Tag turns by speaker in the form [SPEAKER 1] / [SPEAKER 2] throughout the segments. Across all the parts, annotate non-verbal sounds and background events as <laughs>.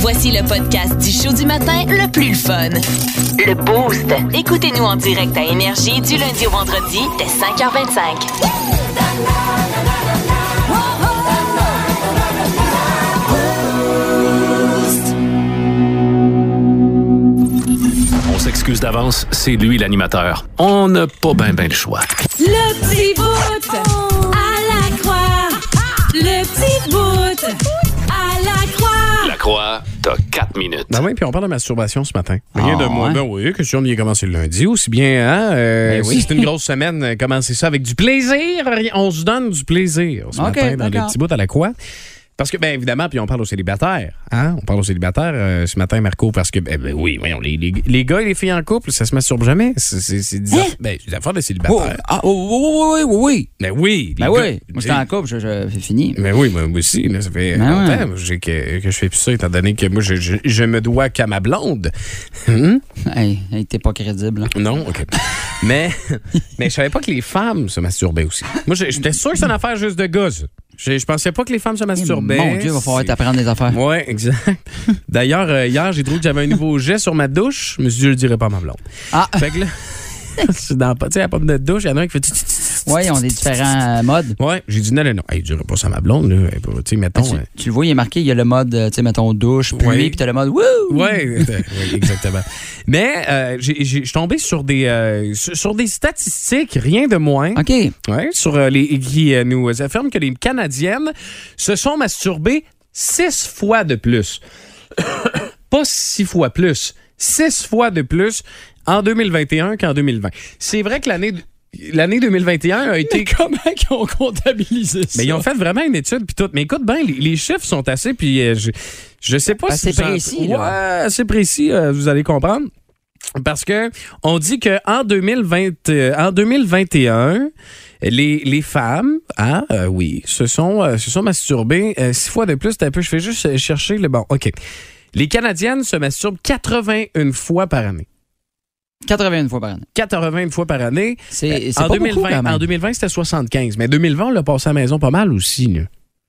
[SPEAKER 1] Voici le podcast du show du matin le plus fun. Le Boost. Écoutez-nous en direct à Énergie du lundi au vendredi dès 5h25.
[SPEAKER 2] On s'excuse d'avance, c'est lui l'animateur. On n'a pas ben ben le choix.
[SPEAKER 3] Le petit bout à la croix. Le petit bout à la croix.
[SPEAKER 2] La croix, t'as 4 minutes.
[SPEAKER 4] Ben oui, puis on parle de masturbation ce matin. Rien
[SPEAKER 5] Ah,
[SPEAKER 4] de moins.
[SPEAKER 5] ouais?
[SPEAKER 4] Ben oui, question d'y commencer le lundi, aussi bien, hein? euh,
[SPEAKER 5] Ben
[SPEAKER 4] Si
[SPEAKER 5] oui.
[SPEAKER 4] c'est une grosse semaine, euh, commencez ça avec du plaisir. On se donne du plaisir ce
[SPEAKER 5] OK,
[SPEAKER 4] matin dans le
[SPEAKER 5] d'accord.
[SPEAKER 4] petit bout à la quoi. Parce que, bien évidemment, puis on parle aux célibataires. Hein? On parle aux célibataires euh, ce matin, Marco, parce que, ben, ben oui, voyons, les, les- les gars et les filles en couple, ça se masturbe jamais. C'est- C'est c'est des, aff- ben, c'est des affaires de
[SPEAKER 5] Hein? Oh,
[SPEAKER 4] célibataires.
[SPEAKER 5] ah, oh, oui, oui, oui, oui.
[SPEAKER 4] Ben oui. les Euh.
[SPEAKER 5] Ben
[SPEAKER 4] gars-
[SPEAKER 5] oui, moi j'étais en couple, je, je, c'est fini.
[SPEAKER 4] mais oui, moi aussi, là, ça fait
[SPEAKER 5] Ben ouais.
[SPEAKER 4] longtemps j'ai que, que je fais plus ça, étant donné que moi, je, je- je me dois qu'à ma blonde. Hum?
[SPEAKER 5] Hey, hey, t'es pas crédible. là.
[SPEAKER 4] Non,
[SPEAKER 5] <laughs>
[SPEAKER 4] OK. mais, mais je savais pas que les femmes se masturbaient aussi. Moi, j'ai- j'étais sûr que c'est une affaire juste de gars. ça. Je, je pensais pas que les femmes se masturbaient.
[SPEAKER 5] Mon Dieu, il va falloir t'apprendre des affaires.
[SPEAKER 4] Oui, exact. D'ailleurs, euh, hier, j'ai trouvé que j'avais un nouveau jet sur ma douche. Je me suis dit, je le dirai pas à ma blonde.
[SPEAKER 5] Ah,
[SPEAKER 4] Fait que là, <laughs> je suis dans tu sais, la pomme de douche, il y en a un qui fait. tch, tch, tch, tch.
[SPEAKER 5] ouais, on est différents euh, modes.
[SPEAKER 4] Ouais, j'ai dit non, non, non. Hey, je dirai pas ça à ma blonde, là. Elle peut- Tu sais, mettons.
[SPEAKER 5] Tu,
[SPEAKER 4] euh,
[SPEAKER 5] tu le vois, il est marqué, il y a le mode, euh, tu sais, mettons, douche, pluie,
[SPEAKER 4] Ouais.
[SPEAKER 5] puis t'as le mode, wouh!
[SPEAKER 4] Ouais, <laughs> euh, oui, exactement. Mais euh, j'ai- j'ai- je suis tombé sur des, euh, sur sur des statistiques, rien de moins.
[SPEAKER 5] OK.
[SPEAKER 4] Ouais, sur euh, les qui euh, nous affirment que les Canadiennes se sont masturbées six fois de plus. <coughs> Pas six fois plus, six fois de plus en 2021 qu'en 2020. C'est vrai que l'année l'année 2021 a été
[SPEAKER 5] Comment qu'ils ont comptabilisé ça?
[SPEAKER 4] mais ils ont fait vraiment une étude puis tout. Mais écoute bien, les, les chiffres sont assez puis euh, je je sais pas si
[SPEAKER 5] Assez
[SPEAKER 4] vous en-
[SPEAKER 5] Ben, précis,
[SPEAKER 4] Ouais,
[SPEAKER 5] là.
[SPEAKER 4] assez précis, euh, vous allez comprendre. Parce que on dit que en 2020 euh, en 2021 les, les femmes, ah oui, se sont, euh, se sont masturbées euh, six fois de plus. T'as un peu, je fais juste euh, chercher le bon. OK. Les Canadiennes se masturbent 81 fois par année.
[SPEAKER 5] 81 fois par année.
[SPEAKER 4] 81 fois par année. Euh,
[SPEAKER 5] C'est c'est
[SPEAKER 4] En
[SPEAKER 5] pas beaucoup,
[SPEAKER 4] 2020,
[SPEAKER 5] quand même.
[SPEAKER 4] en 2020, c'était 75. Mais 2020, on l'a passé à la maison pas mal aussi. là.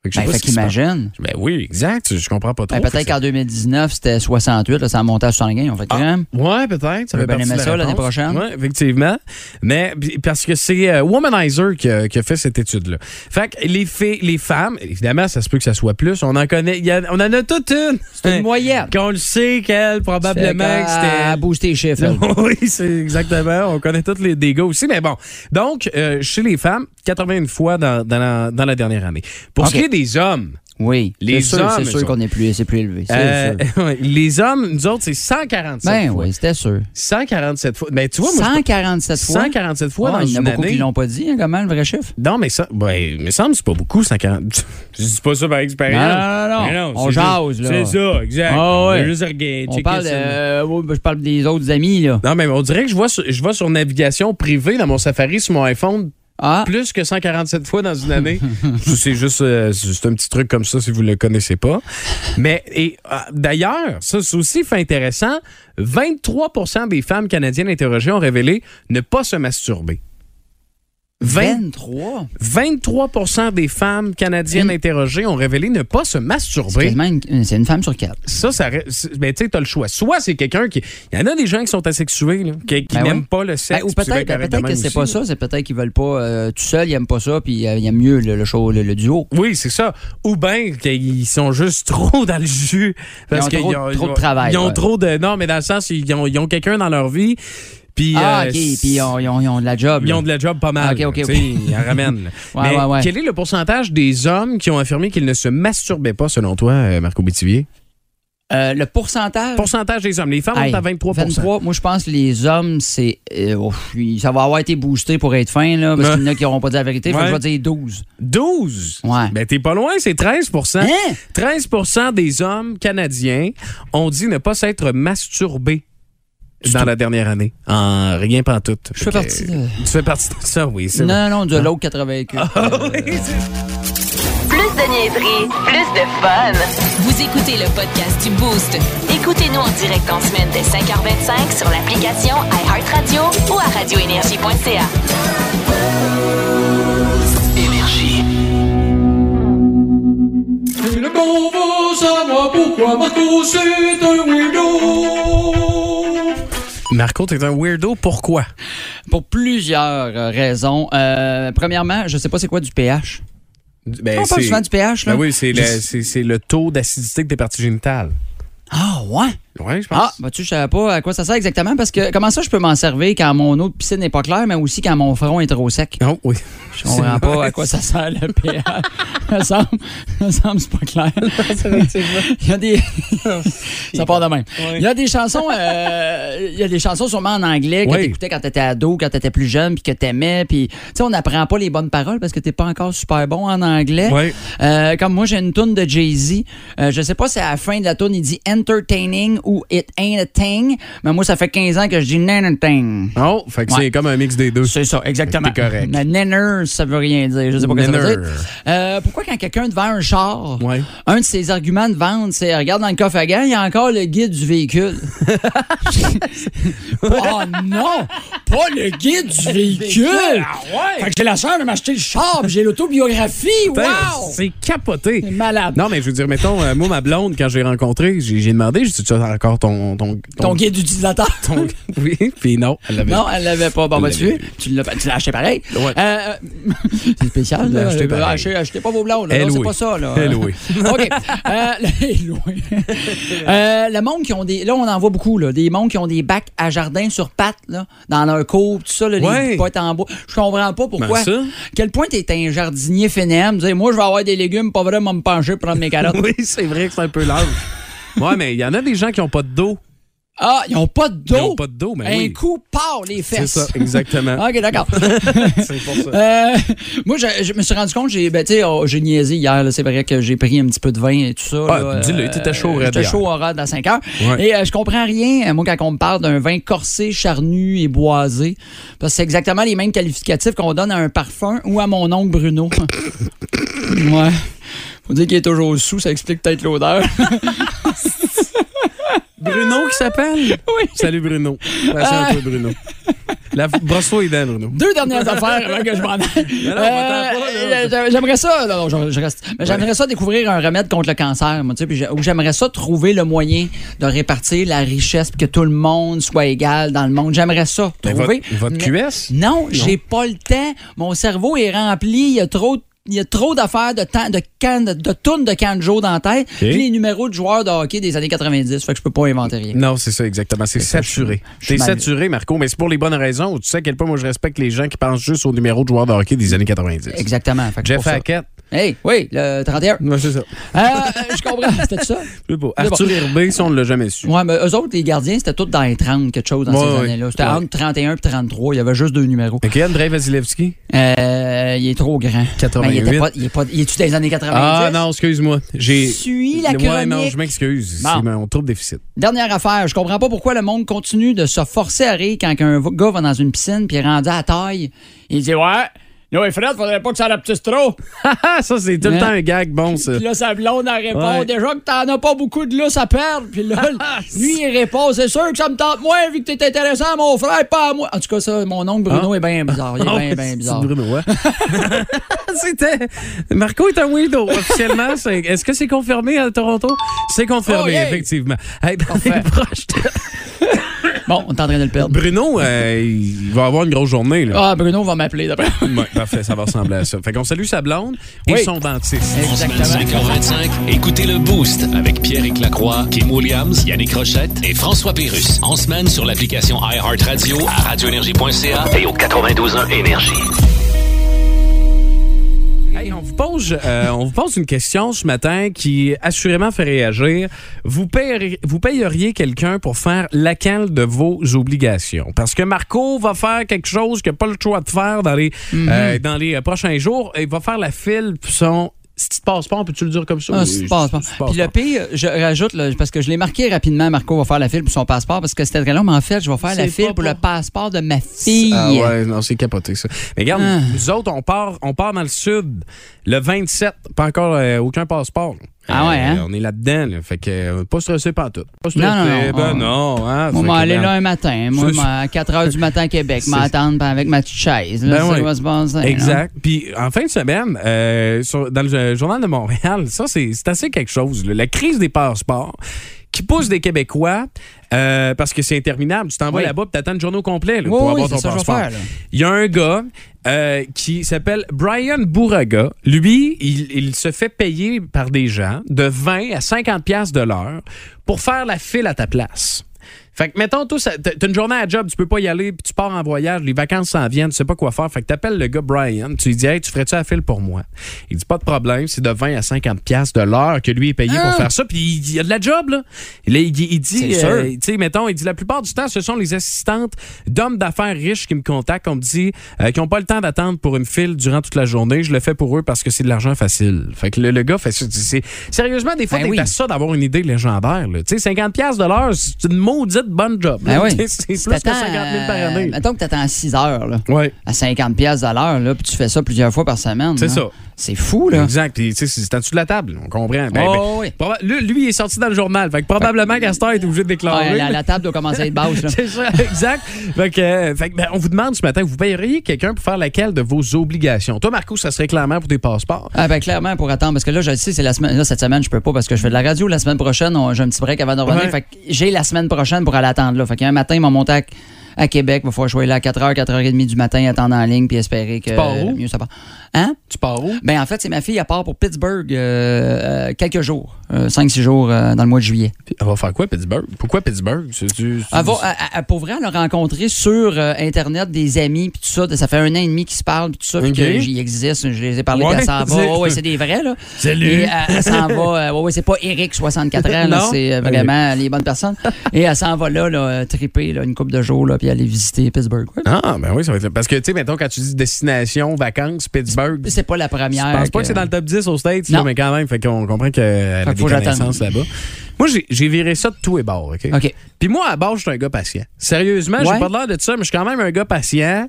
[SPEAKER 4] Fait que je sais
[SPEAKER 5] Ben,
[SPEAKER 4] pas
[SPEAKER 5] fait
[SPEAKER 4] ce qui se passe.
[SPEAKER 5] qu'imagine.
[SPEAKER 4] Ben oui, exact. Je comprends pas trop.
[SPEAKER 5] Ben, peut-être qu'en 2019, c'était 68, là, ça a monté à 75. On fait
[SPEAKER 4] Ah,
[SPEAKER 5] quand même.
[SPEAKER 4] Ouais, peut-être. Ça
[SPEAKER 5] Je
[SPEAKER 4] fait
[SPEAKER 5] vais bien
[SPEAKER 4] partie de
[SPEAKER 5] aimer
[SPEAKER 4] la
[SPEAKER 5] ça l'année
[SPEAKER 4] réponse.
[SPEAKER 5] prochaine.
[SPEAKER 4] Ouais, effectivement. Mais p- parce que c'est euh, Womanizer qui a, qui a fait cette étude-là. Fait que les, filles, les femmes, évidemment, ça se peut que ça soit plus. On en connaît. il y a- on en a toute une.
[SPEAKER 5] C'est une moyenne.
[SPEAKER 4] <laughs> Qu'on le sait qu'elle, probablement, que
[SPEAKER 5] À
[SPEAKER 4] c'était.
[SPEAKER 5] euh, booster les chiffres. elle.
[SPEAKER 4] <laughs> oui, c'est exactement. On connaît tous les dégâts aussi. Mais bon. Donc, euh, chez les femmes, 81 fois dans, dans la, dans la dernière année. Pour ce
[SPEAKER 5] Ok.
[SPEAKER 4] qui est des hommes,
[SPEAKER 5] Oui.
[SPEAKER 4] Les
[SPEAKER 5] C'est sûr,
[SPEAKER 4] hommes,
[SPEAKER 5] c'est
[SPEAKER 4] ils
[SPEAKER 5] sûr
[SPEAKER 4] ont-
[SPEAKER 5] qu'on est plus, c'est plus élevé. C'est
[SPEAKER 4] euh, <laughs>
[SPEAKER 5] sûr.
[SPEAKER 4] les hommes, nous autres, c'est 147
[SPEAKER 5] Ben
[SPEAKER 4] fois.
[SPEAKER 5] oui, c'était sûr.
[SPEAKER 4] 147 fois. Ben, tu vois, moi, je
[SPEAKER 5] 147 fois.
[SPEAKER 4] 147 fois
[SPEAKER 5] Ah,
[SPEAKER 4] dans
[SPEAKER 5] il y en
[SPEAKER 4] une
[SPEAKER 5] a beaucoup
[SPEAKER 4] année.
[SPEAKER 5] qui l'ont pas dit, hein, comment, le vrai chiffre?
[SPEAKER 4] Non, mais ça, ben, il me semble que c'est pas beaucoup, 140. <laughs> Je dis pas ça par expérience.
[SPEAKER 5] Non, non, non, non.
[SPEAKER 4] Mais
[SPEAKER 5] On
[SPEAKER 4] c'est
[SPEAKER 5] jase,
[SPEAKER 4] juste-
[SPEAKER 5] là.
[SPEAKER 4] C'est ça, exact.
[SPEAKER 5] Ah, ouais.
[SPEAKER 4] On veut juste regarder,
[SPEAKER 5] On
[SPEAKER 4] checker
[SPEAKER 5] parle,
[SPEAKER 4] ça.
[SPEAKER 5] euh, oui, ben, je parle des autres amis, là.
[SPEAKER 4] Non, mais on dirait que je vois, sur, je vois sur navigation privée dans mon Safari sur mon iPhone
[SPEAKER 5] Ah,
[SPEAKER 4] plus que 147 fois dans une
[SPEAKER 5] <laughs>
[SPEAKER 4] année. c'est juste, euh, c'est juste un petit truc comme ça si vous le connaissez pas. Mais et euh, d'ailleurs, ça c'est aussi fait intéressant. 23% des femmes canadiennes interrogées ont révélé ne pas se masturber. 20,
[SPEAKER 5] Ben. 23.
[SPEAKER 4] 23% des femmes canadiennes
[SPEAKER 5] Une-
[SPEAKER 4] interrogées ont révélé ne pas se
[SPEAKER 5] C'est
[SPEAKER 4] masturber.
[SPEAKER 5] quasiment une, une- c'est une femme sur quatre.
[SPEAKER 4] Ça, ça re- c'est- ben, tu sais, t'as le choix. Soit c'est quelqu'un qui. Il y en a des gens qui sont asexués, là, qui, qui
[SPEAKER 5] Ben
[SPEAKER 4] n'aiment
[SPEAKER 5] ouais.
[SPEAKER 4] pas le sexe.
[SPEAKER 5] Ben, ou
[SPEAKER 4] puis c'est bien
[SPEAKER 5] peut-être ben,
[SPEAKER 4] correct
[SPEAKER 5] peut-être
[SPEAKER 4] de
[SPEAKER 5] que
[SPEAKER 4] même
[SPEAKER 5] c'est
[SPEAKER 4] aussi,
[SPEAKER 5] pas
[SPEAKER 4] là.
[SPEAKER 5] ça, c'est peut-être qu'ils veulent pas euh, tout seul, ils aiment pas ça, puis euh, ils aiment mieux le, le show, le, le duo.
[SPEAKER 4] Oui, c'est ça. Ou bien qu'ils sont juste trop dans le jus. Parce
[SPEAKER 5] Ils ont
[SPEAKER 4] que
[SPEAKER 5] trop- trop de travail,
[SPEAKER 4] Ils ont
[SPEAKER 5] ouais.
[SPEAKER 4] trop de. Non, mais dans le sens, ils ont, ils ont quelqu'un dans leur vie. Puis,
[SPEAKER 5] ah,
[SPEAKER 4] euh,
[SPEAKER 5] ok, puis ils ont, ils ont- ils ont de la job.
[SPEAKER 4] ils
[SPEAKER 5] là.
[SPEAKER 4] ont de la job pas mal.
[SPEAKER 5] Ok, ok,
[SPEAKER 4] là,
[SPEAKER 5] ok.
[SPEAKER 4] tu sais, Ils en ramènent.
[SPEAKER 5] <laughs>
[SPEAKER 4] là.
[SPEAKER 5] Ouais,
[SPEAKER 4] mais
[SPEAKER 5] ouais, ouais.
[SPEAKER 4] quel est le pourcentage des hommes qui ont affirmé qu'ils ne se masturbaient pas, selon toi, euh, Marco Bétivier?
[SPEAKER 5] Euh, le pourcentage.
[SPEAKER 4] Pourcentage des hommes. Les femmes
[SPEAKER 5] Hey,
[SPEAKER 4] ont à 23
[SPEAKER 5] 23, moi je pense que les hommes, c'est. euh, ouf, ça va avoir été boosté pour être fin, là, parce
[SPEAKER 4] Ouais.
[SPEAKER 5] qu'il y en a qui n'auront pas dit la vérité. Fait que
[SPEAKER 4] Ouais.
[SPEAKER 5] je vais dire 12.
[SPEAKER 4] 12
[SPEAKER 5] Ouais.
[SPEAKER 4] Ben, t'es pas loin, c'est 13
[SPEAKER 5] Hein?
[SPEAKER 4] 13 des hommes canadiens ont dit ne pas s'être masturbés dans la dernière année. En rien pantoute.
[SPEAKER 5] Je fais
[SPEAKER 4] Fait que-
[SPEAKER 5] partie de-
[SPEAKER 4] Tu fais partie de ça, oui. c'est
[SPEAKER 5] Non,
[SPEAKER 4] vrai. Hein?
[SPEAKER 5] non, non, de l'autre 84.
[SPEAKER 1] Plus de niaiserie, plus de fun. Vous écoutez le podcast du Boost. Écoutez-nous en direct en semaine dès 5h25 sur l'application iHeartRadio ou à radioénergie.ca.
[SPEAKER 4] Le bon vent, ça va
[SPEAKER 6] pourquoi Marco c'est un weirdo
[SPEAKER 4] Marco, t'es un weirdo, pourquoi?
[SPEAKER 5] Pour plusieurs euh, raisons. Euh, premièrement, je sais pas c'est quoi du pH.
[SPEAKER 4] Ben,
[SPEAKER 5] On parle
[SPEAKER 4] c'est-
[SPEAKER 5] souvent du pH, là.
[SPEAKER 4] Ben oui, c'est
[SPEAKER 5] Je-
[SPEAKER 4] le, c'est- c'est le taux d'acidité de tes parties génitales.
[SPEAKER 5] Ah, ouais?
[SPEAKER 4] Oui, je
[SPEAKER 5] Ah,
[SPEAKER 4] pense.
[SPEAKER 5] bah tu je savais pas à quoi ça sert exactement parce que comment ça je peux m'en servir quand mon eau de piscine n'est pas claire, mais aussi quand mon front est trop sec.
[SPEAKER 4] Non, Oh, oui.
[SPEAKER 5] Ah! Je comprends pas à quoi ça sert le
[SPEAKER 4] <laughs>
[SPEAKER 5] PA. ça me semble, ça me semble c'est pas clair. Il y a
[SPEAKER 4] <laughs>
[SPEAKER 5] des ça part de même. Il y a des chansons euh, il y a des chansons sûrement en anglais que
[SPEAKER 4] Oui.
[SPEAKER 5] t'écoutais quand t'étais ado, quand t'étais plus jeune puis que t'aimais puis tu sais on n'apprend pas les bonnes paroles parce que t'es pas encore super bon en anglais.
[SPEAKER 4] Oui.
[SPEAKER 5] Euh, comme moi j'ai une tune de Jay-Z, euh, je sais pas si à la fin de la tune il dit entertaining ou it ain't a thing, mais moi ça fait 15 ans que je dis nananting.
[SPEAKER 4] Non, Oh, fait que c'est
[SPEAKER 5] Ouais.
[SPEAKER 4] comme un mix des deux.
[SPEAKER 5] C'est ça, exactement.
[SPEAKER 4] T'es correct.
[SPEAKER 5] Mais nanner, ça veut rien dire. Je sais pas ce que ça veut
[SPEAKER 4] Nanner.
[SPEAKER 5] dire. Euh, pourquoi quand quelqu'un te vend un char,
[SPEAKER 4] Ouais.
[SPEAKER 5] un de ses arguments de vente, c'est regarde dans le coffre à gants, il y a encore le guide
[SPEAKER 4] <laughs>
[SPEAKER 5] du véhicule. oh non! Pas le
[SPEAKER 4] <laughs>
[SPEAKER 5] guide du véhicule! Fait que j'ai la chance de m'acheter le char, puis j'ai l'autobiographie!
[SPEAKER 4] Putain,
[SPEAKER 5] Wow!
[SPEAKER 4] C'est capoté.
[SPEAKER 5] C'est malade.
[SPEAKER 4] Non, mais je veux dire, mettons, euh, moi, ma blonde, quand j'ai rencontré, j'ai j'ai demandé, j'ai dit, tu as encore ton. Ton,
[SPEAKER 5] Ton guide utilisateur.
[SPEAKER 4] ton- <laughs> Oui, puis non, elle l'avait.
[SPEAKER 5] Non, elle l'avait pas. Bon,
[SPEAKER 4] Ah, Elle
[SPEAKER 5] ben,
[SPEAKER 4] l'avait
[SPEAKER 5] tu,
[SPEAKER 4] eu.
[SPEAKER 5] tu l'as tu l'as acheté pareil.
[SPEAKER 4] Ouais.
[SPEAKER 5] Euh, euh, <laughs> c'est spécial.
[SPEAKER 4] l'as
[SPEAKER 5] là.
[SPEAKER 4] acheté pareil.
[SPEAKER 5] Achetez, achetez pas vos blondes. là.
[SPEAKER 4] Elle
[SPEAKER 5] Non, C'est
[SPEAKER 4] oui.
[SPEAKER 5] pas ça. Là.
[SPEAKER 4] Elle
[SPEAKER 5] <laughs>
[SPEAKER 4] oui.
[SPEAKER 5] Eh OK. Euh, <laughs> elle oui. Euh, le monde qui ont des. Là, on en voit beaucoup. Là, des mondes qui ont des bacs à jardin sur pattes, là, dans leur cour, tout ça, là,
[SPEAKER 4] Ouais.
[SPEAKER 5] les potes en bois. Je comprends pas
[SPEAKER 4] Ben,
[SPEAKER 5] pourquoi.
[SPEAKER 4] ça.
[SPEAKER 5] Quel point t'es un jardinier phénomène. Dire, moi, je vais avoir des légumes, pas vraiment me pencher, prendre mes carottes.
[SPEAKER 4] <laughs> Oui, c'est vrai que c'est un peu large. ouais, mais il y en a des gens qui n'ont pas de dos.
[SPEAKER 5] Ah, ils ont pas de dos.
[SPEAKER 4] Ils ont pas de dos, mais
[SPEAKER 5] Un
[SPEAKER 4] oui.
[SPEAKER 5] coup, part les
[SPEAKER 4] C'est
[SPEAKER 5] fesses.
[SPEAKER 4] ça, exactement.
[SPEAKER 5] <laughs> OK,
[SPEAKER 4] <laughs>
[SPEAKER 5] d'accord.
[SPEAKER 4] c'est pour ça.
[SPEAKER 5] Euh, <laughs> moi, je, je me suis rendu compte, j'ai ben, tu sais, oh, j'ai niaisé hier, là, c'est vrai que j'ai pris un petit peu de vin et tout ça.
[SPEAKER 4] Ah,
[SPEAKER 5] là,
[SPEAKER 4] dis-le,
[SPEAKER 5] euh,
[SPEAKER 4] t'étais chaud au raid
[SPEAKER 5] J'étais
[SPEAKER 4] hier.
[SPEAKER 5] chaud au raid à 5 heures.
[SPEAKER 4] Ouais.
[SPEAKER 5] Et euh, je comprends rien, euh, moi, quand on me parle d'un vin corsé, charnu et boisé, parce que c'est exactement les mêmes qualificatifs qu'on donne à un parfum ou à mon oncle Bruno. <laughs> ouais. Faut dire qu'il est toujours sous, ça explique peut-être l'odeur.
[SPEAKER 4] Bruno qui s'appelle?
[SPEAKER 5] Oui. Euh.
[SPEAKER 4] Salut Bruno. Merci à toi, Bruno. La... Brosse-toi les dents, Bruno.
[SPEAKER 5] Deux dernières affaires avant que je
[SPEAKER 4] <laughs>
[SPEAKER 5] m'en aille.
[SPEAKER 4] non, m'attends pas, là.
[SPEAKER 5] Euh, j'a- j'aimerais ça, non, non, je, je reste. Mais j'aimerais ça découvrir un remède contre le cancer, moi, tu sais, puis j'a- ou j'aimerais ça trouver le moyen de répartir la richesse puis que tout le monde soit égal dans le monde. J'aimerais ça
[SPEAKER 4] Ben,
[SPEAKER 5] trouver.
[SPEAKER 4] votre- votre
[SPEAKER 5] Mais-
[SPEAKER 4] QS?
[SPEAKER 5] Non, j'ai pas le temps. Mon cerveau est rempli. Il y a trop de il y a trop d'affaires de temps, de can, de, de tonnes de canjo dans la tête, puis les numéros de joueurs de hockey des années 90, fait que je peux pas inventer rien.
[SPEAKER 4] Non, c'est ça, exactement. C'est saturé.
[SPEAKER 5] je suis
[SPEAKER 4] T'es
[SPEAKER 5] mal-
[SPEAKER 4] saturé, Marco, mais c'est pour les bonnes raisons. Tu sais à quel point moi je respecte les gens qui pensent juste au numéro de joueur de hockey des années 90.
[SPEAKER 5] Exactement. fait que
[SPEAKER 4] Jeff
[SPEAKER 5] pour ça.
[SPEAKER 4] Hackett.
[SPEAKER 5] Hey, oui, le 31.
[SPEAKER 4] Non, c'est ça.
[SPEAKER 5] Euh, je comprends, c'était ça?
[SPEAKER 4] Je sais pas.
[SPEAKER 5] C'est
[SPEAKER 4] Arthur
[SPEAKER 5] bon.
[SPEAKER 4] Hervé, ça, on ne l'a jamais su.
[SPEAKER 5] Ouais, mais eux autres, les gardiens, c'était tout dans les 30, quelque chose dans
[SPEAKER 4] Ouais,
[SPEAKER 5] ces
[SPEAKER 4] ouais.
[SPEAKER 5] années-là. C'était
[SPEAKER 4] Ouais.
[SPEAKER 5] entre 31 et 33. Il y avait juste deux numéros.
[SPEAKER 4] OK, Andrei Vasilevski.
[SPEAKER 5] Euh, il est trop grand.
[SPEAKER 4] 88.
[SPEAKER 5] Mais il était pas. Il est pas. Il est-tu dans les années 90?
[SPEAKER 4] Ah non, excuse-moi. J'ai.
[SPEAKER 5] Suis la
[SPEAKER 4] Ouais, non,
[SPEAKER 5] chronique.
[SPEAKER 4] je m'excuse.
[SPEAKER 5] Bon.
[SPEAKER 4] C'est mon trouble déficit.
[SPEAKER 5] Dernière affaire, je comprends pas pourquoi le monde continue de se forcer à rire quand un gars va dans une piscine puis est rendu à taille. Il dit Ouais, nous et Fred, faudrait pas que ça rapetisse trop.
[SPEAKER 4] <laughs> Ah, ça, c'est tout le
[SPEAKER 5] Ouais.
[SPEAKER 4] temps un gag bon, ça.
[SPEAKER 5] Puis là, sa blonde, elle répond
[SPEAKER 4] Ouais.
[SPEAKER 5] Déjà que t'en as pas beaucoup de lousse à perdre. Puis <laughs> là, lui, il répond Ah, C'est sûr que ça me tente moins vu que t'es intéressant à mon frère, pas à moi. En tout cas, ça, mon oncle Bruno est bien bizarre. Il est
[SPEAKER 4] Ah,
[SPEAKER 5] bien,
[SPEAKER 4] ouais,
[SPEAKER 5] bien
[SPEAKER 4] c'est
[SPEAKER 5] bizarre.
[SPEAKER 4] Bruno, ouais. <laughs> C'était. Marco est un weirdo, officiellement. C'est- Est-ce que c'est confirmé à Toronto? C'est confirmé,
[SPEAKER 5] Oh, yeah!
[SPEAKER 4] effectivement. Hey, dans <laughs> les
[SPEAKER 5] Parfait.
[SPEAKER 4] proches temps-
[SPEAKER 5] Bon, on est en train de le perdre.
[SPEAKER 4] Bruno, euh, il va avoir une grosse journée, là.
[SPEAKER 5] Ah, Bruno va m'appeler <laughs> d'après.
[SPEAKER 4] Ouais, parfait, ça va ressembler à ça. Fait qu'on salue sa blonde et
[SPEAKER 5] Ah. Oui.
[SPEAKER 4] son dentiste.
[SPEAKER 5] Exactement.
[SPEAKER 6] 5h25, écoutez le Boost avec Pierre-Éric Lacroix, Kim Williams, Yannick Rochette et François Pérus. En semaine sur l'application iHeartRadio à radioénergie.ca et au 92.1 Énergie.
[SPEAKER 4] Hey, on vous pose, euh, on vous pose une question ce matin qui assurément fait réagir. Vous, payeriez- vous payeriez quelqu'un pour faire laquelle de vos obligations Parce que Marco va faire quelque chose qu'il n'a pas le choix de faire dans les
[SPEAKER 5] Mhm.
[SPEAKER 4] euh, dans les euh, prochains jours. Il va faire la file pour son petit passeport. Peux-tu le dire comme ça
[SPEAKER 5] Ah,
[SPEAKER 4] Oui,
[SPEAKER 5] c'est le passeport.
[SPEAKER 4] petit
[SPEAKER 5] Puis le
[SPEAKER 4] passeport.
[SPEAKER 5] pire, je rajoute, là, parce que je l'ai marqué rapidement, Marco va faire la file pour son passeport, parce que c'était très long, mais en fait, je vais faire la
[SPEAKER 4] C'est
[SPEAKER 5] file
[SPEAKER 4] pas
[SPEAKER 5] pour le
[SPEAKER 4] bon.
[SPEAKER 5] passeport de ma fille.
[SPEAKER 4] Ah ouais, non, c'est capoté ça. Mais regarde,
[SPEAKER 5] Ah.
[SPEAKER 4] nous autres, on part, on part dans le sud le 27, pas encore euh, aucun passeport.
[SPEAKER 5] Ah ouais, hein?
[SPEAKER 4] On est là-dedans, là. Fait que, euh, pas stressé pas tout. Pas stressé.
[SPEAKER 5] Non, non, non.
[SPEAKER 4] Ben
[SPEAKER 5] Ah.
[SPEAKER 4] non, hein.
[SPEAKER 5] Moi,
[SPEAKER 4] Fait
[SPEAKER 5] m'en
[SPEAKER 4] que,
[SPEAKER 5] aller
[SPEAKER 4] ben,
[SPEAKER 5] là un matin. Moi,
[SPEAKER 4] C'est-
[SPEAKER 5] m'en- à 4 h du matin à Québec.
[SPEAKER 4] <laughs> C'est-
[SPEAKER 5] M'attendre avec ma petite chaise. Là,
[SPEAKER 4] Ben
[SPEAKER 5] ça
[SPEAKER 4] oui.
[SPEAKER 5] va se passer. hein. là.
[SPEAKER 4] Exact. Puis en fin de semaine, euh, sur- dans le euh, Journal de Montréal, ça, c'est c'est assez quelque chose. là. La crise des passeports qui pousse des Québécois euh, parce que c'est interminable. Tu t'en vas
[SPEAKER 5] Oui.
[SPEAKER 4] là-bas tu attends le journal complet là,
[SPEAKER 5] Oui,
[SPEAKER 4] pour
[SPEAKER 5] oui,
[SPEAKER 4] avoir
[SPEAKER 5] c'est
[SPEAKER 4] ton
[SPEAKER 5] ça que je vais
[SPEAKER 4] passeport.
[SPEAKER 5] faire, là.
[SPEAKER 4] Il y a un gars euh, qui s'appelle Brian Bouraga. Lui, il, il se fait payer par des gens de 20 à 50 pièces de l'heure pour faire la file à ta place. Fait que, mettons, toi, ça- t'as t'as une journée à job, tu peux pas y aller, puis tu pars en voyage, les vacances s'en viennent, tu sais pas quoi faire. Fait que t'appelles le gars Brian, tu lui dis, hey, tu ferais-tu la file pour moi? Il dit, pas de problème, c'est de 20 à 50 pièces de l'heure que lui est payé pour faire ça, puis il y a de la job, là. Et là, il, il dit,
[SPEAKER 5] Ah! C'est
[SPEAKER 4] euh,
[SPEAKER 5] sûr.
[SPEAKER 4] tu sais, mettons, il dit, la plupart du temps, ce sont les assistantes d'hommes d'affaires riches qui me contactent, on me dit, euh, qui ont pas le temps d'attendre pour une file durant toute la journée, je le fais pour eux parce que c'est de l'argent facile. Fait que le, le gars fait ça. C'est- Sérieusement, des fois,
[SPEAKER 5] Ben
[SPEAKER 4] t'es
[SPEAKER 5] oui.
[SPEAKER 4] à ça d'avoir une idée légendaire. là. Tu sais, 50 pièces de l'heure, c'est une maudite bonne job.
[SPEAKER 5] Ben
[SPEAKER 4] <laughs> là.
[SPEAKER 5] oui.
[SPEAKER 4] C'est plus que 50
[SPEAKER 5] T'attends,
[SPEAKER 4] 000 par
[SPEAKER 5] euh,
[SPEAKER 4] année.
[SPEAKER 5] mettons que tu attends 6 heures là,
[SPEAKER 4] Ouais.
[SPEAKER 5] à 50 pièces de l'heure, là, puis tu fais ça plusieurs fois par semaine.
[SPEAKER 4] C'est
[SPEAKER 5] là.
[SPEAKER 4] ça.
[SPEAKER 5] C'est fou, là.
[SPEAKER 4] Exact. Puis, tu sais, c'est en dessous de la table. On comprend. Ben,
[SPEAKER 5] Oh,
[SPEAKER 4] ben,
[SPEAKER 5] oui.
[SPEAKER 4] proba- lui, lui, il est sorti dans le journal. Fait que probablement qu'Astor est obligé de déclarer.
[SPEAKER 5] Ouais, Ah,
[SPEAKER 4] <laughs>
[SPEAKER 5] la, la table doit commencer à être basse. là.
[SPEAKER 4] C'est ça, exact. Fait que, euh, fait que, ben, on vous demande ce matin, vous payeriez quelqu'un pour faire laquelle de vos obligations? Toi, Marco, ça serait clairement pour tes passeports.
[SPEAKER 5] Ah ben clairement pour attendre parce que là je le sais c'est la semaine là cette semaine je peux pas parce que je fais de la radio la semaine prochaine on- j'ai un petit break avant de revenir
[SPEAKER 4] Ouais.
[SPEAKER 5] fait que j'ai la semaine prochaine pour aller attendre là fait qu'un matin ils m'ont monté à, à Québec il va falloir jouer là à 4h 4h30 du matin attendre en ligne puis espérer que
[SPEAKER 4] pars où?
[SPEAKER 5] mieux ça part. Hein
[SPEAKER 4] Tu pars où?
[SPEAKER 5] Ben en fait c'est ma fille elle part pour Pittsburgh euh, euh, quelques jours 5 6 jours euh, dans le mois de juillet.
[SPEAKER 4] On va faire quoi, Pittsburgh? Pourquoi Pittsburgh? C'est du- c'est-
[SPEAKER 5] Elle va- elle- elle- pour vrai, elle a rencontré sur euh, Internet des amis, puis tout ça. Ça fait un an et demi qu'ils se parlent, puis tout ça, puis
[SPEAKER 4] Ok.
[SPEAKER 5] que j'y existe. Je les ai parlé,
[SPEAKER 4] Ouais,
[SPEAKER 5] puis elle s'en va.
[SPEAKER 4] <laughs> c'est-
[SPEAKER 5] Ouais, ouais, c'est des vrais, là.
[SPEAKER 4] Salut.
[SPEAKER 5] Et elle, elle s'en va. euh, ouais, ouais, c'est pas Eric, 64 ans, là.
[SPEAKER 4] Non.
[SPEAKER 5] C'est euh, vraiment les bonnes personnes. Et elle s'en va là, là, euh, triper, là, une couple de jours, là, puis aller visiter Pittsburgh. Ouais.
[SPEAKER 4] Ah, ben oui, ça va être. Parce que, tu sais, mettons, quand tu dis destination, vacances, Pittsburgh.
[SPEAKER 5] C'est pas la première.
[SPEAKER 4] Je pense pas que c'est dans le top 10 aux States, là,
[SPEAKER 5] Non.
[SPEAKER 4] mais quand même, fait qu'on comprend que
[SPEAKER 5] Fait
[SPEAKER 4] la
[SPEAKER 5] que faut que j'attende.
[SPEAKER 4] connaissances là-bas. Moi, j'ai- j'ai viré ça de tout et bords, OK?
[SPEAKER 5] OK.
[SPEAKER 4] Puis moi, à bord, je suis un gars patient. Sérieusement,
[SPEAKER 5] Ouais.
[SPEAKER 4] j'ai pas l'air de ça, mais je suis quand même un gars patient.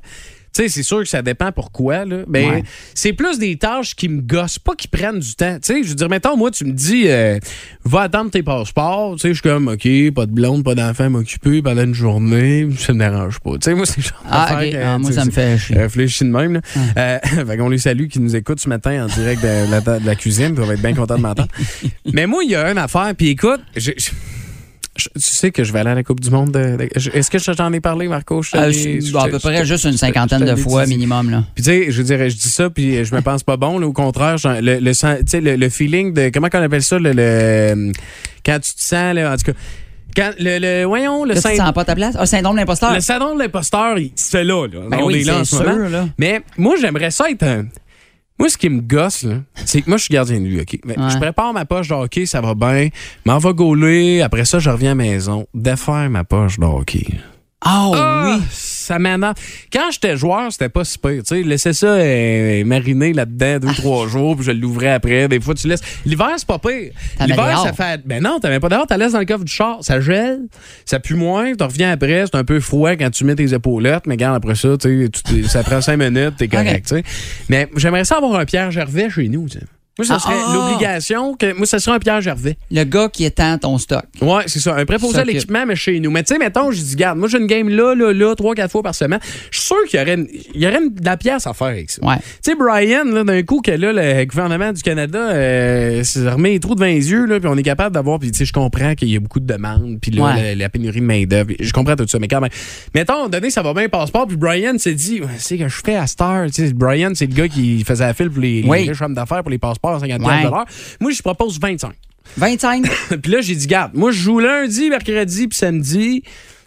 [SPEAKER 4] Tu sais, c'est sûr que ça dépend pourquoi, là. Mais
[SPEAKER 5] Ouais.
[SPEAKER 4] c'est plus des tâches qui me gossent, pas qui prennent du temps. Tu sais, je veux dire, mettons, moi, tu me dis, euh, va attendre tes passeports. Tu sais, je suis comme, OK, pas de blonde, pas d'enfant à m'occuper pendant une journée. Ça me dérange pas. Tu sais, moi, c'est le genre
[SPEAKER 5] Ah,
[SPEAKER 4] d'affaire
[SPEAKER 5] ok.
[SPEAKER 4] que,
[SPEAKER 5] Ah, moi,
[SPEAKER 4] tu sais,
[SPEAKER 5] ça me fait chier.
[SPEAKER 4] Réfléchis de même. Là. Euh, <laughs> fait qu'on les salue qui nous écoutent ce matin en direct de la, ta- de la cuisine. puis On va être bien content de
[SPEAKER 5] <laughs>
[SPEAKER 4] m'entendre. Mais moi, il y a une affaire. Puis écoute, je- je- je- tu sais que je vais aller à la Coupe du Monde. de- de- je- Est-ce que je t'en ai parlé, Marco? Je te
[SPEAKER 5] Ah,
[SPEAKER 4] l'ai-
[SPEAKER 5] je-
[SPEAKER 4] je
[SPEAKER 5] à
[SPEAKER 4] te-
[SPEAKER 5] peu
[SPEAKER 4] je te-
[SPEAKER 5] près juste une cinquantaine
[SPEAKER 4] je
[SPEAKER 5] de
[SPEAKER 4] te l'ai
[SPEAKER 5] fois
[SPEAKER 4] dit.
[SPEAKER 5] minimum, là.
[SPEAKER 4] Puis tu sais, je dirais, je dis ça, puis je me pense pas bon. Là, au contraire, j'en- le, le, sen- tu sais, le, le feeling de... Comment qu'on appelle ça? Le, le- quand tu te sens... Là, en tout cas, quand, le, le, voyons, le
[SPEAKER 5] Là, tu te
[SPEAKER 4] syn-
[SPEAKER 5] sens pas à ta place? Ah, syndrome de l'imposteur.
[SPEAKER 4] le salon de l'imposteur, il se fait là. là.
[SPEAKER 5] Ben
[SPEAKER 4] On
[SPEAKER 5] oui,
[SPEAKER 4] est là en
[SPEAKER 5] c'est
[SPEAKER 4] ce moment.
[SPEAKER 5] sûr, là.
[SPEAKER 4] Mais moi, j'aimerais ça être un. Moi, ce qui me gosse, là, c'est que moi, je suis gardien de but, OK? Mais
[SPEAKER 5] Ouais.
[SPEAKER 4] Je prépare ma poche de hockey, ça va bien. M'en va gauler. Après ça, je reviens à la maison. Défaire ma poche de hockey.
[SPEAKER 5] Ah, oui.
[SPEAKER 4] Ça m'énerve. Quand j'étais joueur, c'était pas si pire. Tu sais, laissais ça euh, mariner là-dedans
[SPEAKER 5] Ah.
[SPEAKER 4] deux, trois jours, puis je l'ouvrais après. Des fois, tu laisses. L'hiver, c'est pas pire.
[SPEAKER 5] T'en mets
[SPEAKER 4] L'hiver,
[SPEAKER 5] dehors.
[SPEAKER 4] ça fait. Ben non, t'avais pas dehors, t'as laisses dans le coffre du char. Ça gèle, ça pue moins, t'en reviens après, c'est un peu froid quand tu mets tes épaulettes, mais regarde, après ça, tu sais, tu t'es- ça prend cinq minutes, t'es correct, tu sais. Mais j'aimerais ça avoir un Pierre Gervais chez nous, tu sais. Moi, ça
[SPEAKER 5] Ah,
[SPEAKER 4] serait
[SPEAKER 5] ah.
[SPEAKER 4] l'obligation que. Moi, ça serait un Pierre Gervais.
[SPEAKER 5] Le gars qui étend ton stock.
[SPEAKER 4] Ouais, c'est ça. Un préposé à
[SPEAKER 5] S'occupe.
[SPEAKER 4] l'équipement, mais chez nous. Mais tu sais, mettons, je dis, garde, moi, j'ai une game là, là, là, trois, quatre fois par semaine. Je suis sûr qu'il y aurait, une- il y aurait une- de la pièce à faire avec ça.
[SPEAKER 5] Ouais.
[SPEAKER 4] Tu sais, Brian, là, d'un coup, que là, le gouvernement du Canada euh, se remet les trous devant les yeux, là, puis on est capable d'avoir, puis tu sais, je comprends qu'il y a beaucoup de demandes, puis là,
[SPEAKER 5] Ouais.
[SPEAKER 4] la, la pénurie de main-d'œuvre. Je comprends tout ça, mais quand même. Mettons, donné, ça va bien, passeport, puis Brian s'est dit, Ouais, c'est que je fais à cette heure. Tu sais, Brian, c'est le gars qui faisait la file pour les, les
[SPEAKER 5] Oui.
[SPEAKER 4] riches hommes d'affaires pour les passeports à 50
[SPEAKER 5] Ouais.
[SPEAKER 4] dollars. Moi, je propose 25.
[SPEAKER 5] 25.
[SPEAKER 4] <coughs> Puis là, j'ai dit, garde, moi, je joue lundi, mercredi, puis samedi.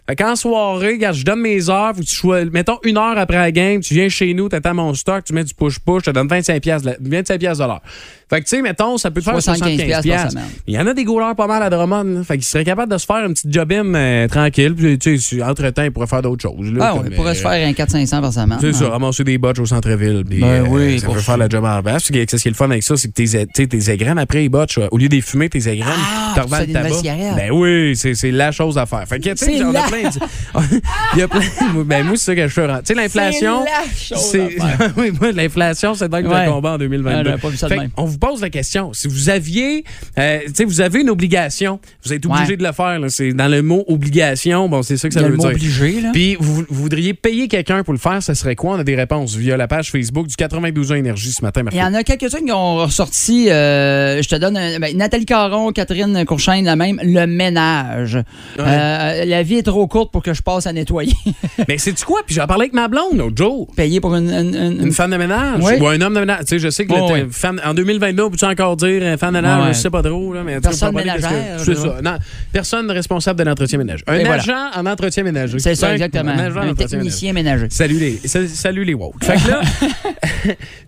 [SPEAKER 4] Fait qu'en soirée, garde, je donne mes heures. Faut que tu sois, mettons, une heure après la game, tu viens chez nous, t'attends mon stock, tu mets du push-push, je te donne 25 piastres de la- 25 piastres de l'heure. Fait que, tu sais, mettons, ça peut te faire 75
[SPEAKER 5] 75
[SPEAKER 4] piastres.
[SPEAKER 5] par semaine.
[SPEAKER 4] Il y en a des goalers pas mal à Drummond. là. Fait qu'ils seraient capables de se faire une petite jobim euh, tranquille. Puis, tu sais, entre-temps, ils pourraient faire d'autres choses. là,
[SPEAKER 5] Ah, ouais,
[SPEAKER 4] comme,
[SPEAKER 5] il pourrait se
[SPEAKER 4] euh,
[SPEAKER 5] faire un 4-500 par semaine.
[SPEAKER 4] c'est ça,
[SPEAKER 5] Ah.
[SPEAKER 4] ramasser des botches au centre-ville. puis, euh,
[SPEAKER 5] Ben oui,
[SPEAKER 4] ça
[SPEAKER 5] pour
[SPEAKER 4] peut
[SPEAKER 5] sûr.
[SPEAKER 4] faire la job en bas. Parce que ce qui est le fun avec ça, c'est que tes, tu sais, tes égrènes après les botches, euh, au lieu des fumées, tes égrènes,
[SPEAKER 5] Ah,
[SPEAKER 4] t'en revends
[SPEAKER 5] c'est
[SPEAKER 4] le
[SPEAKER 5] des nouvelles
[SPEAKER 4] tabac.
[SPEAKER 5] cigarettes.
[SPEAKER 4] Ben oui, c'est c'est la chose à faire. Fait que, tu sais,
[SPEAKER 5] C'est
[SPEAKER 4] on a
[SPEAKER 5] la-
[SPEAKER 4] plein de- <laughs> Il y a plein. Ben, moi, c'est ça que je fais. Tu sais, l'inflation.
[SPEAKER 5] C'est la chose à
[SPEAKER 4] c'est- <laughs> oui, moi, l'inflation, c'est dingue que
[SPEAKER 5] Ouais.
[SPEAKER 4] le combat en 2022.
[SPEAKER 5] Ah, j'avais pas vu ça de
[SPEAKER 4] Fait que
[SPEAKER 5] même.
[SPEAKER 4] on vous pose la question. Si vous aviez, euh, tu sais, vous avez une obligation, vous êtes obligé
[SPEAKER 5] Ouais.
[SPEAKER 4] de le faire. là. C'est dans le mot obligation, bon, c'est ça que ça
[SPEAKER 5] Il y a
[SPEAKER 4] veut
[SPEAKER 5] le mot
[SPEAKER 4] dire.
[SPEAKER 5] obligé, là.
[SPEAKER 4] Puis vous, vous voudriez payer quelqu'un pour le faire, ça serait quoi? On a des réponses via la page Facebook du 92 ans Énergie ce matin, Marco.
[SPEAKER 5] Il y en a quelques-unes qui ont ressorti. euh, je te donne un- ben, Nathalie Caron, Catherine Courchaine, la même. Le ménage. Euh, la vie est trop courte pour que je passe à nettoyer. <laughs>
[SPEAKER 4] Mais c'est-tu quoi? Puis j'en parlais avec ma blonde l'autre jour.
[SPEAKER 5] Payer pour une. une- une-
[SPEAKER 4] Une femme de ménage
[SPEAKER 5] Oui.
[SPEAKER 4] ou un homme de ménage. Tu sais, je sais que
[SPEAKER 5] Oui,
[SPEAKER 4] le te-
[SPEAKER 5] oui.
[SPEAKER 4] femme- en 2022, on peut-tu encore dire euh, femme de ménage?
[SPEAKER 5] Ouais.
[SPEAKER 4] Je sais pas trop. Là, mais tu sais,
[SPEAKER 5] Personne
[SPEAKER 4] on peut pas dire qu'est-ce que-
[SPEAKER 5] ménagère,
[SPEAKER 4] C'est
[SPEAKER 5] je sais
[SPEAKER 4] ça. Non, personne responsable de l'entretien ménager. Un
[SPEAKER 5] Et voilà.
[SPEAKER 4] agent en entretien ménager.
[SPEAKER 5] C'est ça,
[SPEAKER 4] Un-
[SPEAKER 5] exactement.
[SPEAKER 4] Un, agent en
[SPEAKER 5] Un
[SPEAKER 4] entretien
[SPEAKER 5] technicien ménager.
[SPEAKER 4] ménager. Salut les, sa- salut les woke. Fait que
[SPEAKER 5] <laughs>
[SPEAKER 4] là,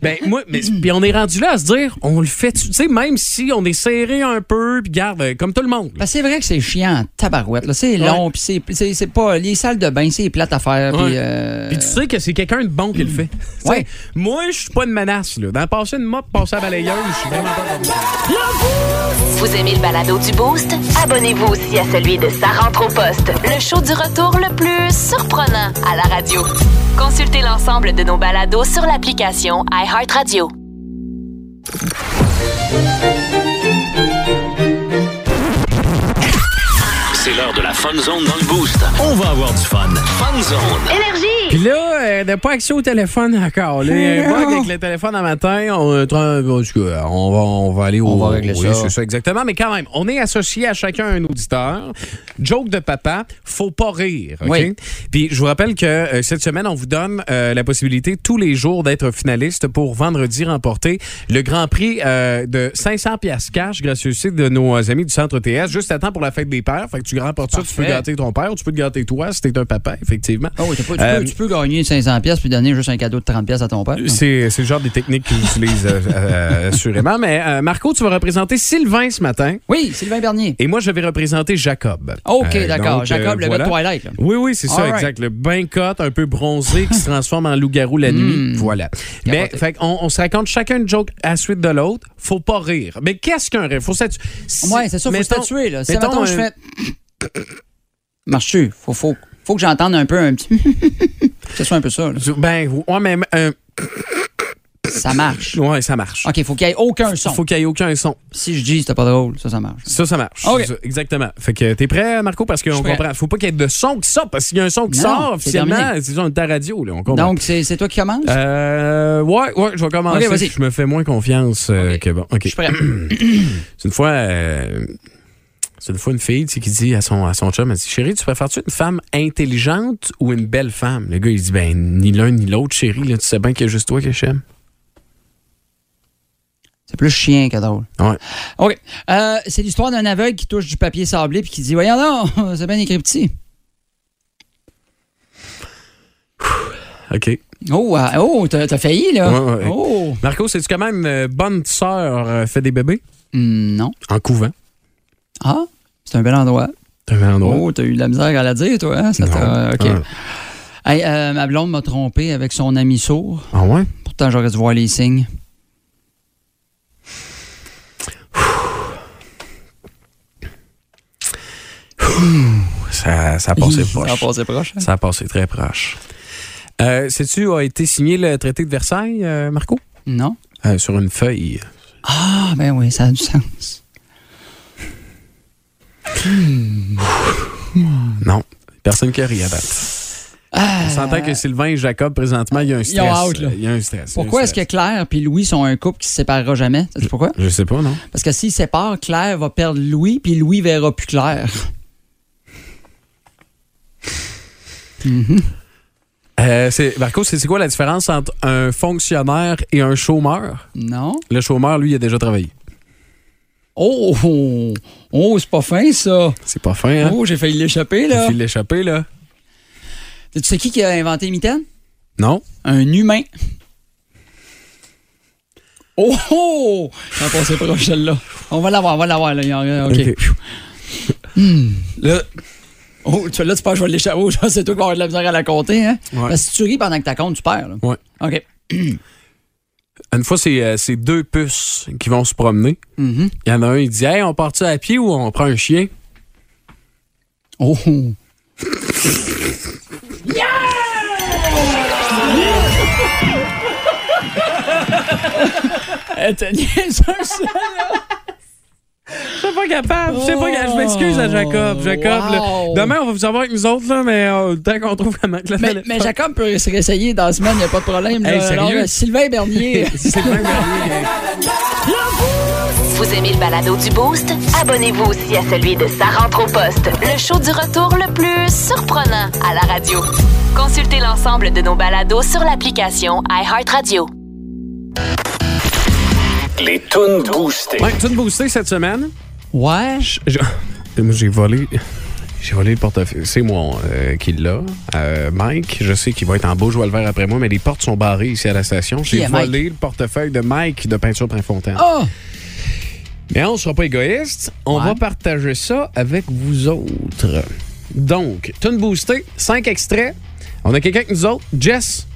[SPEAKER 4] ben moi, mais- puis on est rendu là à se dire, on le fait, tu sais, même si on est serré un peu, puis garde, euh, comme tout le monde. là.
[SPEAKER 5] Parce que Ben, c'est vrai que c'est chiant, en tabarouette. là. C'est long, puis c'est- c'est c'est pas. Les salles de bain, c'est plate à faire.
[SPEAKER 4] Ouais.
[SPEAKER 5] puis, euh,
[SPEAKER 4] Puis tu sais que c'est quelqu'un de bon qui le fait. Tu sais,
[SPEAKER 5] Ouais.
[SPEAKER 4] Moi, je suis pas une menace. Là. Dans passer une mop, passer à balayeuse, je suis vraiment pas comme ça.
[SPEAKER 1] Vous aimez le balado du Boost? Abonnez-vous aussi à celui de Sa rentre au poste, le show du retour le plus surprenant à la radio. Consultez l'ensemble de nos balados sur l'application iHeartRadio.
[SPEAKER 6] C'est l'heure de la Fun Zone dans le Boost. On va avoir du fun. Fun Zone.
[SPEAKER 4] Puis là, euh, elle n'a pas accès au téléphone encore. Là, il y a un bug avec le téléphone à matin. On, est en train- en tout cas, on va, on va aller au.
[SPEAKER 5] On va régler
[SPEAKER 4] oui,
[SPEAKER 5] ça.
[SPEAKER 4] c'est ça, exactement. Mais quand même, on est associé à chacun un auditeur. Joke de papa, faut pas rire. OK?
[SPEAKER 5] Oui.
[SPEAKER 4] Puis je vous rappelle que euh, cette semaine, on vous donne euh, la possibilité tous les jours d'être finaliste pour vendredi remporter le Grand Prix euh, de 500 piastres cash, gracieuseté de nos euh, amis du Centre TS, juste à temps pour la fête des pères. Fait que tu remportes ça, tu peux
[SPEAKER 5] Parfait.
[SPEAKER 4] gâter ton père ou tu peux te gâter toi si t'es un papa, effectivement.
[SPEAKER 5] Ah oui, t'as pas- tu,
[SPEAKER 4] Euh,
[SPEAKER 5] peux, tu peux gagner 500$ pièces puis donner juste un cadeau de 30$ pièces à ton père.
[SPEAKER 4] C'est c'est le genre des techniques qu'ils utilisent euh, euh, assurément. Mais euh, Marco, tu vas représenter Sylvain ce matin.
[SPEAKER 5] Oui, Sylvain Bernier.
[SPEAKER 4] Et moi, je vais représenter Jacob.
[SPEAKER 5] OK,
[SPEAKER 4] Euh,
[SPEAKER 5] d'accord.
[SPEAKER 4] donc, euh,
[SPEAKER 5] Jacob, le
[SPEAKER 4] voilà.
[SPEAKER 5] gars de Twilight. là.
[SPEAKER 4] Oui, oui, c'est ça,
[SPEAKER 5] Alright.
[SPEAKER 4] exact. Le bain cotte un peu bronzé qui se transforme en loup-garou la nuit. Voilà. Mais
[SPEAKER 5] Hmm. Capoté.
[SPEAKER 4] fait, on, on se raconte chacun une joke à la suite de l'autre. Faut pas rire. Mais qu'est-ce qu'un rire? Faut statuer. Si-
[SPEAKER 5] Ouais, c'est ça, faut se
[SPEAKER 4] mettons-
[SPEAKER 5] statuer. Là. Si,
[SPEAKER 4] mettons
[SPEAKER 5] mettons, je
[SPEAKER 4] un-
[SPEAKER 5] fais. Marche-tu? Faut, faut, faut que j'entende un peu un petit. <laughs> que ce soit un peu ça. là.
[SPEAKER 4] Ben, ouais, mais un-
[SPEAKER 5] Ça marche.
[SPEAKER 4] ouais, ça marche.
[SPEAKER 5] OK, faut qu'il n'y ait aucun son.
[SPEAKER 4] Faut qu'il y ait aucun son.
[SPEAKER 5] Si je dis c'était pas drôle, ça, ça marche.
[SPEAKER 4] Ça, ça marche.
[SPEAKER 5] OK.
[SPEAKER 4] C'est ça, Exactement. Fait que t'es prêt, Marco, parce qu'on
[SPEAKER 5] suis prêt.
[SPEAKER 4] comprend. Faut pas qu'il y ait de son qui sort, parce qu'il y a un son qui
[SPEAKER 5] Non,
[SPEAKER 4] sort
[SPEAKER 5] c'est
[SPEAKER 4] officiellement.
[SPEAKER 5] terminé.
[SPEAKER 4] C'est ça, on est à radio, là. On comprend.
[SPEAKER 5] Donc, c'est c'est toi qui commences?
[SPEAKER 4] Euh, ouais, ouais, je vais commencer.
[SPEAKER 5] OK, vas-y.
[SPEAKER 4] je me fais moins confiance euh,
[SPEAKER 5] OK.
[SPEAKER 4] que bon. OK.
[SPEAKER 5] Je suis prêt.
[SPEAKER 4] C'est une fois. euh, c'est une fois une fille tu sais, qui dit à son, à son chum, elle dit Chérie, tu préfères-tu une femme intelligente ou une belle femme Le gars, il dit Ben, ni l'un ni l'autre, chérie. Là, tu sais bien qu'il y a juste toi que j'aime.
[SPEAKER 5] <clears throat> C'est plus chien que drôle.
[SPEAKER 4] Ouais.
[SPEAKER 5] OK. Euh, c'est l'histoire d'un aveugle qui touche du papier sablé puis qui dit Voyons non, <laughs> c'est bien écrit petit.
[SPEAKER 4] OK.
[SPEAKER 5] Oh, ah, oh t'as t'as failli, là.
[SPEAKER 4] Ouais, ouais.
[SPEAKER 5] Oh.
[SPEAKER 4] Marco, c'est-tu quand même une euh, bonne sœur euh, fait des bébés
[SPEAKER 5] Hmm, non.
[SPEAKER 4] En couvent.
[SPEAKER 5] Ah, c'est un bel endroit.
[SPEAKER 4] T'as un endroit.
[SPEAKER 5] Oh, t'as eu de la misère à la dire, toi. Hein? Ça t'a-
[SPEAKER 4] Non.
[SPEAKER 5] OK. Hey, euh, ma blonde m'a trompé avec son ami sourd.
[SPEAKER 4] Ah ouais
[SPEAKER 5] Pourtant, j'aurais dû voir les signes.
[SPEAKER 4] Ça, ça a passé proche.
[SPEAKER 5] <laughs> Ça passait proche. hein?
[SPEAKER 4] Ça a passé très proche. Euh, Sais-tu a été signé le traité de Versailles, euh, Marco?
[SPEAKER 5] Non?
[SPEAKER 4] Euh, sur une feuille.
[SPEAKER 5] Ah, ben oui, ça a du sens. Hmm.
[SPEAKER 4] Non. Personne qui a ri à date. On s'entend que Sylvain et Jacob, présentement, il y a un stress.
[SPEAKER 5] Euh, Ils ont out, là.
[SPEAKER 4] Il y a un stress.
[SPEAKER 5] Pourquoi est-ce que Claire et Louis sont un couple qui se séparera jamais? Sais-tu pourquoi?
[SPEAKER 4] Je sais pas, non?
[SPEAKER 5] Parce que s'ils se séparent, Claire va perdre Louis, puis Louis verra plus Claire.
[SPEAKER 4] Euh, c'est- Marco, c'est c'est quoi la différence entre un fonctionnaire et un chômeur?
[SPEAKER 5] Non?
[SPEAKER 4] Le chômeur, lui, il a déjà travaillé.
[SPEAKER 5] Oh! Oh, oh, c'est pas fin, ça!
[SPEAKER 4] C'est pas fin, hein?
[SPEAKER 5] Oh, j'ai failli l'échapper,
[SPEAKER 4] Il
[SPEAKER 5] là!
[SPEAKER 4] file l'échappée, là.
[SPEAKER 5] Tu sais qui qui a inventé Mitaine?
[SPEAKER 4] Non?
[SPEAKER 5] Un humain. Oh! oh! On passé proche, celle-là. On va l'avoir, on va l'avoir, là. Il y en- OK. Hmm.
[SPEAKER 4] OK. Là,
[SPEAKER 5] Oh, tu là, tu penses que je vais l'échapper. <laughs> Oh, ça, c'est toi qui vas avoir de la misère à la compter, hein?
[SPEAKER 4] Ouais.
[SPEAKER 5] Parce que si tu ris pendant que t'as compte, tu perds, là.
[SPEAKER 4] ouais.
[SPEAKER 5] OK.
[SPEAKER 4] Une fois, c'est euh, c'est deux puces qui vont se promener. Il
[SPEAKER 5] Mm-hmm.
[SPEAKER 4] y en a un, il dit Hey, on part-tu à pied ou on prend un chien
[SPEAKER 5] Oh! <laughs> Euh, t'es niaiseuse, là.
[SPEAKER 4] Je suis pas capable. Je sais pas. Je m'excuse à Jacob. Jacob, là,
[SPEAKER 5] Wow.
[SPEAKER 4] demain, on va vous avoir avec nous autres, là, mais euh, tant qu'on trouve comment que la
[SPEAKER 5] Mais, mais Jacob peut se réessayer dans la semaine, il n'y a pas de problème.
[SPEAKER 4] Hey,
[SPEAKER 5] là.
[SPEAKER 4] sérieux?
[SPEAKER 5] Alors, euh, Sylvain
[SPEAKER 4] <laughs>
[SPEAKER 5] Bernier.
[SPEAKER 4] C'est le même dernier, gang.
[SPEAKER 1] Vous aimez le balado du Boost? Abonnez-vous aussi à celui de Sa rentre au poste, le show du retour le plus surprenant à la radio. Consultez l'ensemble de nos balados sur l'application iHeartRadio.
[SPEAKER 6] Les tunes boostées.
[SPEAKER 4] Ouais, tu te boosté cette semaine?
[SPEAKER 5] ouais.
[SPEAKER 4] Je- Moi, J'ai volé. J'ai volé le portefeuille. C'est moi euh, qui l'a. Euh, Mike, je sais qu'il va être en beau joie le vert après moi, mais les portes sont barrées ici à la station. J'ai
[SPEAKER 5] est Mike?
[SPEAKER 4] volé le portefeuille de Mike de Peinture Printemps.
[SPEAKER 5] Oh!
[SPEAKER 4] Mais on sera pas égoïste. On
[SPEAKER 5] Ouais.
[SPEAKER 4] va partager ça avec vous autres. Donc, Tune Boosté, cinq extraits. On a quelqu'un avec nous autres. Jess.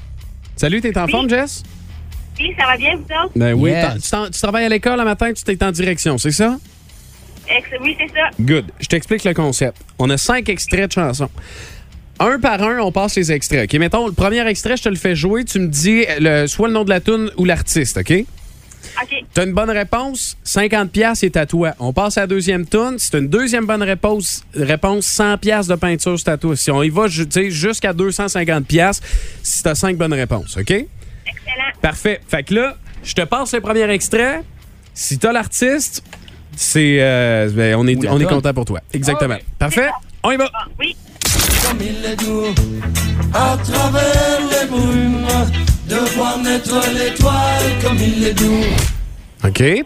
[SPEAKER 4] Salut, t'es en forme, Jess?
[SPEAKER 7] Oui, ça va bien, vous autres?
[SPEAKER 4] Ben oui.
[SPEAKER 5] Yes.
[SPEAKER 4] t'en- Tu, t'en- tu travailles à l'école le matin, tu t'es en direction, c'est ça?
[SPEAKER 7] Ex- Oui, c'est ça.
[SPEAKER 4] Good. Je t'explique le concept. On a cinq extraits de chansons. Un par un, on passe les extraits. OK, mettons, le premier extrait, je te le fais jouer. Tu me dis le- soit le nom de la tune ou l'artiste, OK?
[SPEAKER 7] OK. euh,
[SPEAKER 4] T'as une bonne réponse, 50 pièces est à toi. On passe à la deuxième tune. Si t'as une deuxième bonne réponse, réponse 100 pièces de peinture, c'est à toi. Si on y va ju- tu sais, jusqu'à 250 pièces, si t'as cinq bonnes réponses, OK?
[SPEAKER 7] Excellent.
[SPEAKER 4] Parfait. Fait que là, je te passe le premier extrait. Si t'as l'artiste, c'est euh, ben, on est,
[SPEAKER 5] Ou la
[SPEAKER 4] on est
[SPEAKER 5] tonne.
[SPEAKER 4] content pour toi. Exactement.
[SPEAKER 5] Ah oui.
[SPEAKER 4] Parfait. On y va.
[SPEAKER 7] Ah, oui.
[SPEAKER 4] OK.
[SPEAKER 7] Euh,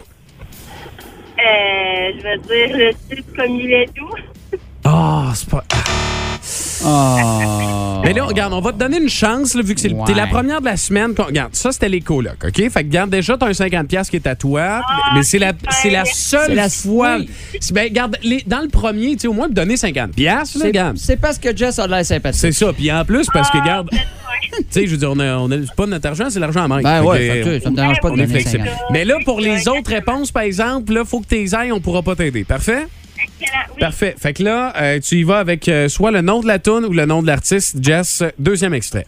[SPEAKER 7] je veux dire le type comme il est doux.
[SPEAKER 4] Ah, c'est pas. ah.
[SPEAKER 5] Oh.
[SPEAKER 4] Mais là, regarde, on va te donner une chance, là, vu que c'est le-
[SPEAKER 5] Ouais.
[SPEAKER 4] t'es la première de la semaine. qu'on- Regarde, ça, c'était les colocs, OK? Fait que, regarde, déjà, t'as un 50$ qui est à toi, mais c'est la, c'est la seule
[SPEAKER 5] C'est la-
[SPEAKER 4] fois.
[SPEAKER 5] oui.
[SPEAKER 4] C'est- Ben, regarde, les- dans le premier, tu sais, au moins, me donner 50$, là,
[SPEAKER 5] C'est-
[SPEAKER 4] regarde.
[SPEAKER 5] C'est parce que Jess a de l'air sympathique.
[SPEAKER 4] C'est ça. Puis en plus, parce que, regarde, tu
[SPEAKER 7] Ouais.
[SPEAKER 4] sais, je veux dire, on a, on a- c'est pas notre argent, c'est l'argent à Mike.
[SPEAKER 5] Ben
[SPEAKER 4] Fait
[SPEAKER 5] ouais,
[SPEAKER 4] que-
[SPEAKER 5] fait que ça me dérange pas de
[SPEAKER 4] On est
[SPEAKER 5] donner
[SPEAKER 4] flexible.
[SPEAKER 5] 50.
[SPEAKER 4] Mais là, pour les autres réponses, par exemple, là, faut que t'es ailles, on pourra pas t'aider. Parfait?
[SPEAKER 7] Excellent. Oui.
[SPEAKER 4] Parfait. Fait que là, euh, tu y vas avec euh, soit le nom de la tune ou le nom de l'artiste. Jess, euh, deuxième extrait.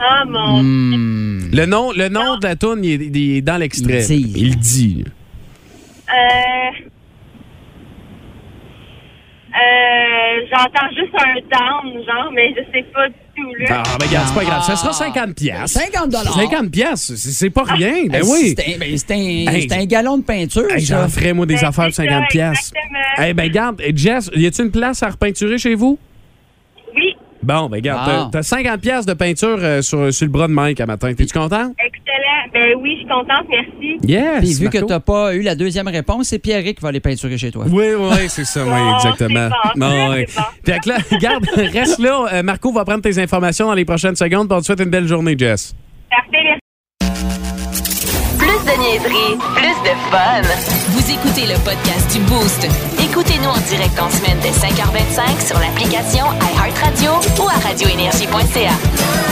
[SPEAKER 7] Ah, mon.
[SPEAKER 4] Le nom, le nom de la tune, il, est- il est dans l'extrait.
[SPEAKER 5] Il dit.
[SPEAKER 4] Il dit.
[SPEAKER 7] Euh. Euh, J'entends juste un down, genre, mais je sais pas du tout,
[SPEAKER 4] Ah,
[SPEAKER 7] là.
[SPEAKER 4] ben regarde, c'est pas grave. Ça sera 50 pièces.
[SPEAKER 5] 50
[SPEAKER 4] 50 pièces, c'est c'est pas rien. Ben
[SPEAKER 5] Hey,
[SPEAKER 4] oui.
[SPEAKER 5] C'est un, ben, c'est un-
[SPEAKER 4] Hey,
[SPEAKER 5] c'est un galon de peinture.
[SPEAKER 4] Hey,
[SPEAKER 5] ça.
[SPEAKER 4] J'en ferais, moi, des
[SPEAKER 7] Ben,
[SPEAKER 4] affaires de
[SPEAKER 7] c'est ça,
[SPEAKER 4] 50 pièces.
[SPEAKER 7] exactement.
[SPEAKER 4] Eh ben regarde, eh, Jess, y a-tu une place à repeinturer chez vous?
[SPEAKER 7] Oui.
[SPEAKER 4] Bon, ben regarde,
[SPEAKER 5] Wow.
[SPEAKER 4] t'as- t'as 50 pièces de peinture euh, sur, sur le bras de Mike à matin. T'es-tu content?
[SPEAKER 7] Excellent. Ben oui, je suis contente, merci.
[SPEAKER 4] Yes!
[SPEAKER 5] Puis vu que
[SPEAKER 4] Marco.
[SPEAKER 5] t'as pas eu la deuxième réponse, c'est Pierrick qui va aller peinturer chez toi.
[SPEAKER 4] Oui, oui,
[SPEAKER 7] <laughs>
[SPEAKER 4] c'est ça, oui,
[SPEAKER 7] Bon,
[SPEAKER 4] exactement.
[SPEAKER 7] c'est bon,
[SPEAKER 4] Bon,
[SPEAKER 7] c'est
[SPEAKER 4] ouais.
[SPEAKER 7] bon.
[SPEAKER 4] Fait que là, <laughs> regarde, reste là. Euh, Marco va prendre tes informations dans les prochaines secondes. Puis on te souhaite une belle journée, Jess.
[SPEAKER 7] Parfait, merci.
[SPEAKER 1] Plus de niaiserie, plus de fun. Vous écoutez le podcast du Boost. Écoutez-nous en direct en semaine dès 5h25 sur l'application iHeartRadio ou à radioénergie.ca.